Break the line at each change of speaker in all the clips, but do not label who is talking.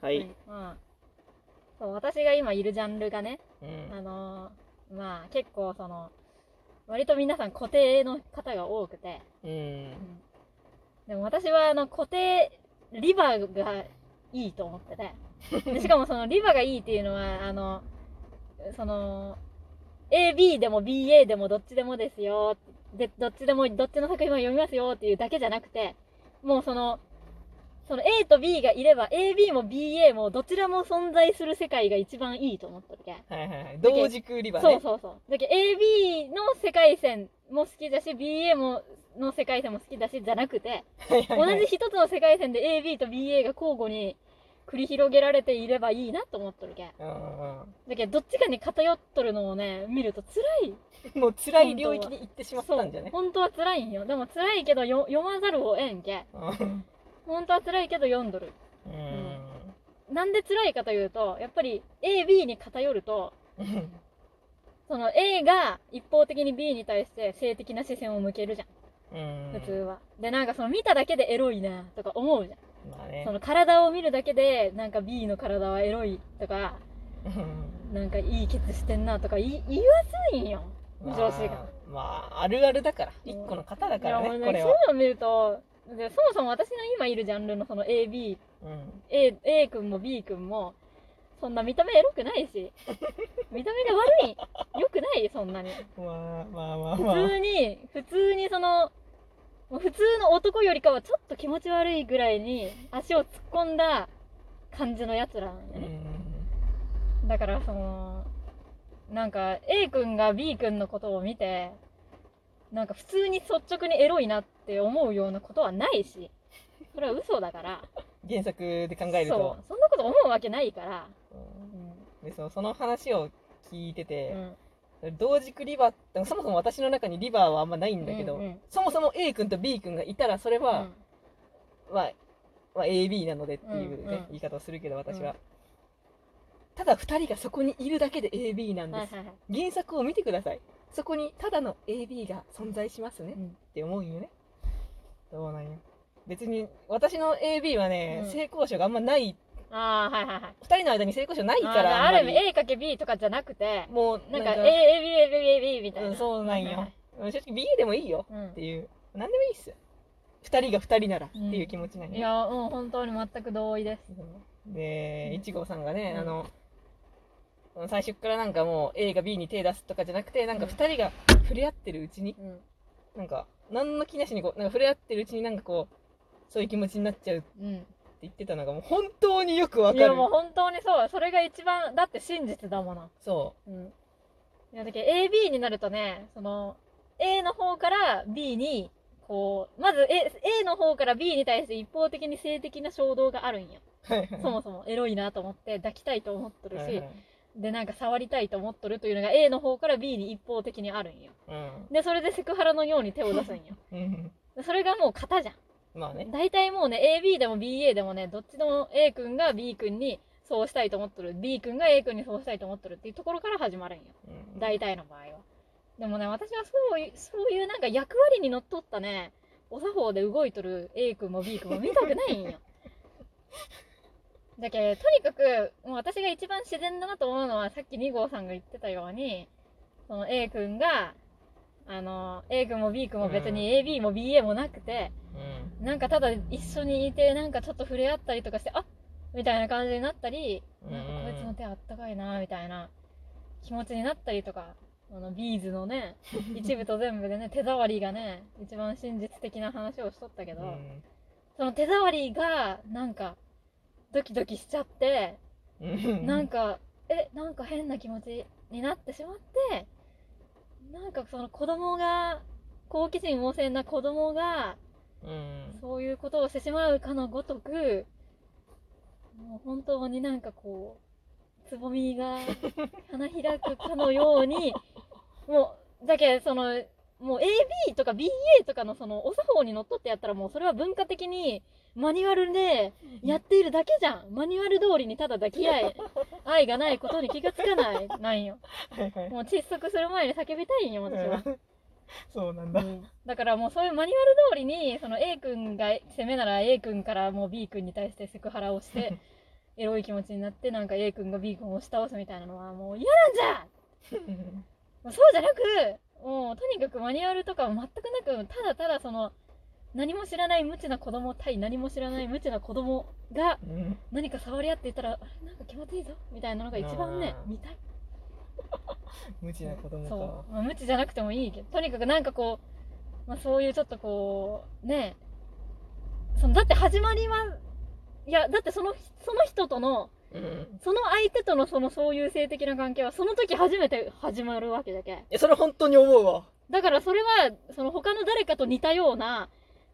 はい。
まあ、そう私が今いるジャンルがね、
うん。
あのーまあ結構その、割と皆さん固定の方が多くて、
うん。
でも私はあの固定リバーがいいと思っててでしかもそのリバーがいいっていうのはあのその AB でも BA でもどっちでもですよでどっちでもどっちの作品も読みますよっていうだけじゃなくてもうそのその A と B がいれば AB も BA もどちらも存在する世界が一番いいと思ったわけ、
はいはいはい。同軸売り場ね。
そうそうそう。だけど AB の世界線も好きだし、BA もの世界線も好きだし、じゃなくて、
はいはい
同
はい
じ一つの世界線で AB と BA が交互に繰り広げられていればいいなと思っとるけん。
うんうん
だけど、どっちかに偏っとるのをね、見ると辛い。
うん。もう辛い領域に行ってしまったんじゃね。
本当は辛いんよ。でも辛いけどよ読まざるを得んけ。
うん。
本当は辛いけど読んどる。
うん
なんで辛いかというと、やっぱり AB に偏ると、
うん
その A が一方的に B に対して性的な視線を向けるじゃん。
うん
普通は。で、なんかその見ただけでエロいなとか思うじゃん。
まあね
その体を見るだけで、なんか B の体はエロいとか、
うん
なんかいいケツしてんなとか言い言わすいんよ。
まあ
上司が
まああるあるだから
うん
一個の型だ
い
か
や
ら
もう
ね
ね
これ
そうい
は
うの見ると、でそもそも私の今いるジャンルのその A、B、
うん
A, A 君も B 君も、そんな見た目エロくないし、見た目が悪い、良くない、そんなに。
まあまあまあ
普
まあ
通に、普通にその、もう普通の男よりかはちょっと気持ち悪いぐらいに足を突っ込んだ感じのやつらなん
う
よね。
ん
だからその、なんか A 君が B 君のことを見て、なんか普通に率直にエロいなって思うようなことはないし、それは嘘だから、
原作で考える
そ
と
う、そんなこと思うわけないから、う
うんでそのその話を聞いて
ん、う
て
ん、
同軸リバーってそもそも私の中にリバーはあんまないんだけ
う
ど
んうん
そもそも A 君と B 君がいたらそれ
う
は
ん
まあまあ AB なのでっていう
うんう
ね
ん
言い方をするけど私
う
はただ2人がそこにいるだけで AB なん
は
で
い
す
はいはい。
原作を見てくださいそこにただの AB が存在しますね
うん
って思うんよねどうなんよ別に私の AB はね、
うん
性交渉があんまない
ああ、はいはいはい。
2人の間に性交渉ない
あ
か
ー
ら
あ
あんま
る
り
意味 A かけ B とかじゃなくて、
もう
なんか
A
A、A、B、A、B、A、B みたい
うん、
な。
そうなん
は
よ
い
正直 B でもいいよ
はい
っていう何でもいいっす2人が2人ならっていう気持ちなん
うん
よ
いや、うん、本当に全く同意です。
で、
うん
いちごさんがね、
うん
あの、最初っからなんかもう A が B に手出すとかじゃなくて、なんか
うん
二人が触れ合ってるうちに、
うん
なんか、何の気なしにこう、なんか触れ合ってるうちになんかこう、そういう気持ちになっちゃうって
うん。
言ってたのがもう本当によくわ
い
か
や
る。
もう本当にそうそれが一番だって真実だもの
そ
うんいやだけど AB になるとねその A の方から B にこうまず A, A の方から B に対して一方的に性的な衝動があるんよ
う。はいはい
そもそもエロいなと思って抱きたいと思っとるし、
はいはい
でなんか触りたいと思っとるというのが A の方から B に一方的にあるんよ
うん
でそれでセクハラのように手を出すんよ
うん。
それがもう型じゃん
まあね。
大体もうね AB でも BA でもねどっちでも A 君が B 君にそうしたいと思っとる B 君が A 君にそうしたいと思っとるっていうところから始まるんよ
うん
大体の場合はでもね私はそういうそういうなんか役割にのっとったねお作法で動いとる A 君も B 君も見たくないん よだけどとにかくもう私が一番自然だなと思うのはさっき2号さんが言ってたようにその A 君があの A 君も B 君も別に AB も BA もなくて、
うん
なんかただ一緒にいてなんかちょっと触れ合ったりとかしてあみたいな感じになったり
うん
なんかこいつの手あったかいなみたいな気持ちになったりとかあのビーズ のね一部と全部でね手触りがね一番真実的な話をしとったけど、その手触りがなんかドキドキしちゃって、
うん。
なん
か、
かえなんか変な気持ちになってしまってなんかその子供が好奇心旺盛な子供が
うん。
そういうことをしてしまうかのごとく、もう本当になんかこう、つぼみが花開くかのように、もう、だけどその、もう AB とか BA とかのそのお作法にのっとってやったらもうそれは文化的にマニュアルでやっているだけじゃん。マニュアル通りにただ抱き合い、愛がないことに気がつかない、なんよ。
はいはい
もう窒息する前に叫びたいんよ、私は。
うん そうなんだ。
だからもうそういうマニュアル通りにその A 君が攻めなら A 君からもう B 君に対してセクハラをしてエロい気持ちになってなんか A 君が B 君を押し倒すみたいなのはもう嫌なんじゃもうそうじゃなくもうとにかくマニュアルとか全くなくただただその何も知らない無知な子供対何も知らない無知な子供が
うん
何か触り合っていたらあれなんか気持ちいいぞみたいなのが一番ね
あー
見たい
無知な子供か
そう、まあ、無知じゃなくてもいいけどとにかくなんかこう、まあ、そういうちょっとこうねそのだって始まりはいやだってそのその人との
うん
その相手とのそのそういう性的な関係はその時初めて始まるわけだけ
いやそれ本当に思うわ
だからそれはその他の誰かと似たような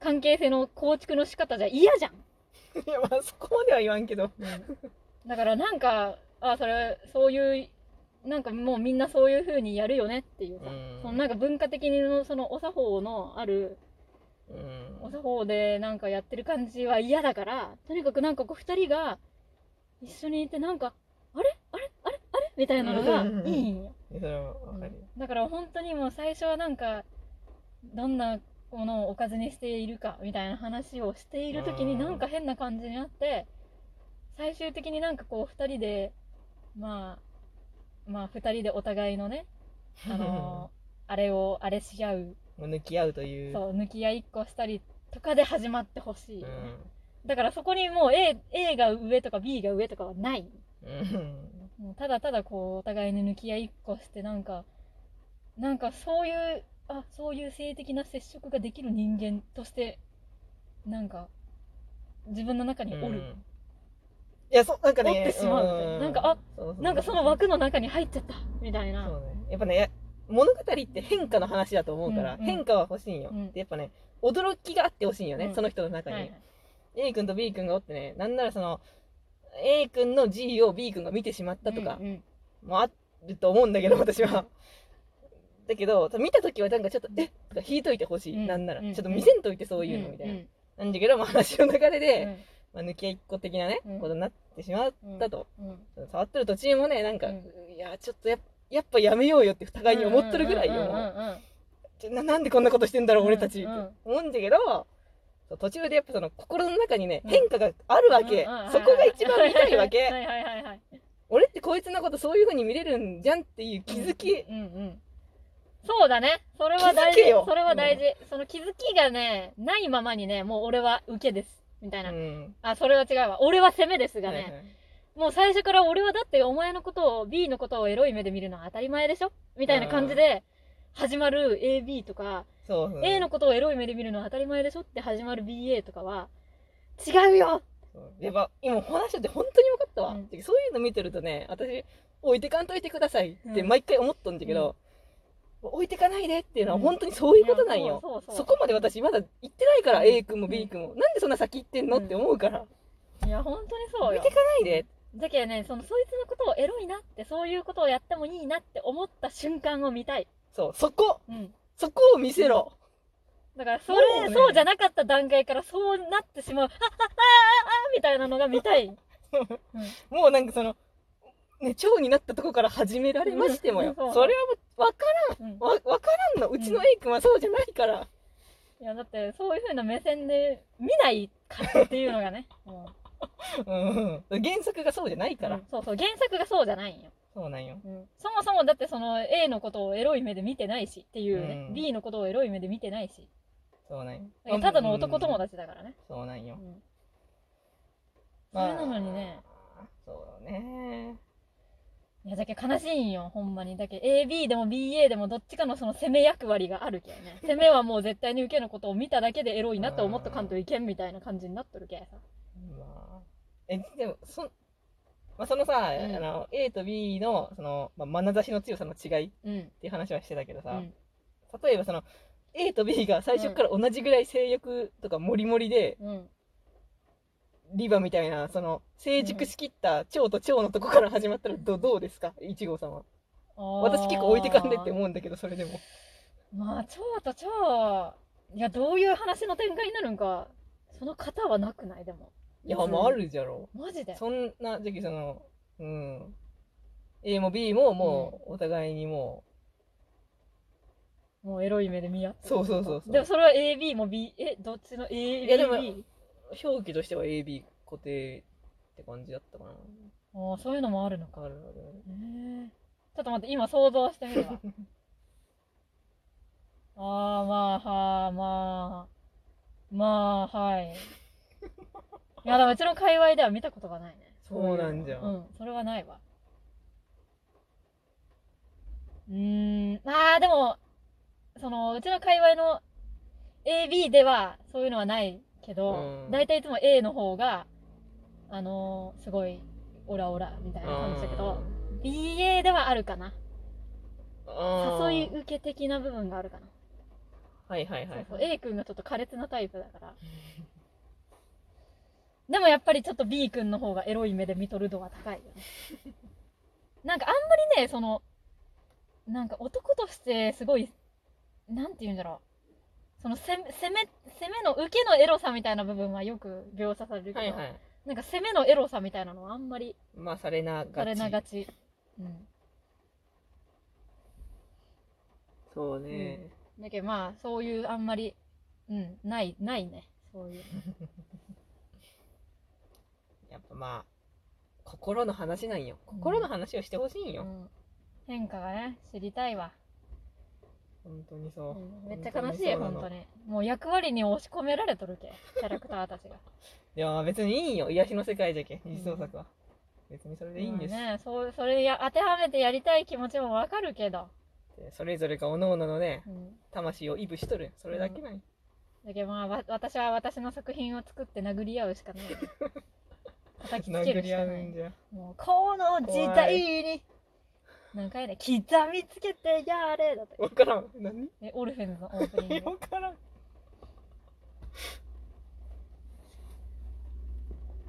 関係性の構築の仕方じゃ嫌じゃん、
いやまあそこまでは言わんけど
だからなんかあそれそういうなんかもうみんなそういう風にやるよねっていうさ、
うん
そのなんか文化的にのそのお作法のある
うん
お作法でなんかやってる感じは嫌だからとにかくなんかこう2人が一緒にいてなんかあれあれあれあれみたいなのがいいんよ、
いやそれはわかるよ
だから本当にもう最初はなんかどんなものをおかずにしているかみたいな話をしている時に
うん
なんか変な感じになって最終的になんかこう2人でまあまあ2人でお互いのねあの あれをあれし合う
もう抜き合うという
そう抜き合いっこしたりとかで始まってほしいよね、
う
だからそこにもう A, A が上とか B が上とかはない
んうん
もうただただこうお互いに抜き合いっこしてなんかなんかそういうあそういう性的な接触ができる人間としてなんか自分の中にお
う
る、
んいやそうなんかね
おってしまうみたいななんかあ
そうそう
なんかその枠の中に入っちゃったみたいな
そうねやっぱねや物語って変化の話だと思うから、
うんうん
変化は欲しいんよ、
うん
でやっぱね驚きがあってほしいんよね、
うん
その人の中に、
はい
A 君と B 君がおってねなんならその A 君の G を B 君が見てしまったとか
うんうん
もあると思うんだけど、私はだけど見た時はなんかちょっと「えとか引いといてほしい、
うん
なんなら、
うん
ちょっと見せんといてそういうのみたいな、
うん
なんだけど、まあ、話の流れ
う
で、
ん
まあ、抜き合いっこ的なね、
うん
ことになってしまったと、
うんうん
触ってる途中もねなんか、
うん
いやちょっとやっやっぱやめようよって互いに思ってるぐらいよ、
うんうんうん
も
う
うん
うん
ちょななんでこんなことしてんだろう、俺たち、
うんうん
思うんだけどそう途中でやっぱその心の中にね、
うん
変化があるわけ、
うんうんうん
そこが一番見たいわ
は
け
いはいはいはい
俺ってこいつのことそういう風に見れるんじゃんっていう気づき、
うんうん。そうだね。それは大
気
事
づけよ。
それは大事。その気づきがね、ないままにね、もう俺は受けです。みたいな。
うん
あ、それは違うわ。俺は攻めですが
はいは
ね。
い
もう最初から俺はだってお前のことを、B のことをエロい目で見るのは当たり前でしょみたいな感じで、始まる AB とか、
そうそう
A のことをエロい目で見るのは当たり前でしょって始まる BA とかは、違うよ
そうやっぱ今お話しって本当に分かったわ、
うん
でそういうの見てるとね私置いてかんといてくださいって
うん
毎回思っとんだけど、置いてかないでっていうのは本当にそういうことなんよ、
そうそう
そこまで私まだ言ってないから、
うん
A 君も B 君も、なんでそんな先行ってんの、
うん
って思うから
いや、本当にそう
置い
よ
て。かないで
だけどね、そのそいつのことをエロいなって、そういうことをやってもいいなって思った瞬間を見たい。
そうそこ
うん。
そこを見せろ、
だから、そ
もう
れ、
ね
そうじゃなかった段階からそうなってしまう、ああああみたいなのが見たい。
もうなんかそのね蝶になったとこから始められましてもよ、
うんそう
それはもう分か
うん。い
らんわ分からんのうちの A 君はそうじゃないから、
や、だって、そういう風な目線で見ないからって いうのがね。も
うんうん原作がそうじゃないうから、
うんそうそう、原作がそうじゃないんよ。
そうなんよ
うん。そもそもだって、その A のことをエロい目で見てないしっていうね、
うん
B のことをエロい目で見てないし。
そうなんよ
だからただの男友達だからね。
そうなんよ
う。ん。そ
まあ
れなのにね。。
そうだね。
いや、だけど悲しいんよ、ほんまに。だけど AB でも BA でもどっちかのその攻め役割があるけんね。攻めはもう絶対に受けのことを見ただけでエロいなって思っとかんといけんみたいな感じになっとるけんさ。
まあ。え、でも、そ、まあ、そのさ、
うん
あの、A と B の、その、まあ、眼差しの強さの違いっ
うん。
ていう話はしてたけど
う
さ、
ん。
例えばその、A と B が最初から同じぐらい性欲とかモリモリで、
うん。
リバみたいな、その、成熟しきった蝶と蝶のとこから始まったらど、どうですか一号さんは。私結構置いてかんでって
う。
思うんだけど、それでも。
まあ、蝶と蝶、いや、どういう話の展開になるんか、その方はなくないでも。
いや、まあ、あるじゃろう。
マジで。
そんな時期その、うん。A も B ももうお互いにも
もうエロい目で見合ってる
そうそうそうそう
でもそれは AB も B、え、どっちの A、
いやでも
B、
う、表記としては AB 固定って感じだったかな。
ああ、そういうのもあるのか。
あるあるある。
えーちょっと待って、今想像してみる わ。ああ、まあ、はあ、まあ。まあ、はい。いや、でもうちの界隈では見たことがないね。
そうなんじゃん
うん、それはないわ。うーん、まあ、でも、その、うちの界隈の AB ではそういうのはないけど
う、ん
だいたいいつも A の方が、あのーすごい、オラオラみたいな感じだけど、BA ではあるかな。
うん、
誘い
うん
受け的な部分があるかな。
はいはいはい。
そうそう A 君がちょっと苛烈なタイプだ から。でもやっぱりちょっと B 君の方がエロい目で見とる度は高いよね。なんかあんまりね、その、なんか男としてすごい、なんて言うんだろう。その攻め、攻め、攻めの、受けのエロさみたいな部分はよく描写されるけど、
はいはい。
なんか攻めのエロさみたいなのはあんまり
まあ、されながち。
されながち。うん。
そうね。
だけどまあ、そういうあんまり、うん、ない、ないね。そういう。
やっぱまあ、心の話なんよ。心の話をしてほしいん
う
よ。
ん、変化がね、知りたいわ。
本当にそう。
めっちゃ悲
本当
しい、
にそうな
本
の
当に。もう役割に押し込められとるけ、キャラクターたちが。
いや、別にいいよ。癒しの世界じゃけ。二次創作は。別にそれでいいんです。
まあね、そうそれや当てはめてやりたい気持ちもわかるけど。
でそれぞれが各々のね、
うん。
魂をイブしとる。それだけなんよ
だけどまあ、わ私は私の作品を作って殴り合うし かない。叩きつけ
殴
るし
り
か
合
な
うん
い。
じ ゃ。
もう、この時代に、何回ね、刻みつけてやれだって。
わからん。何
え、オルフェンズのオープニング。
わからん。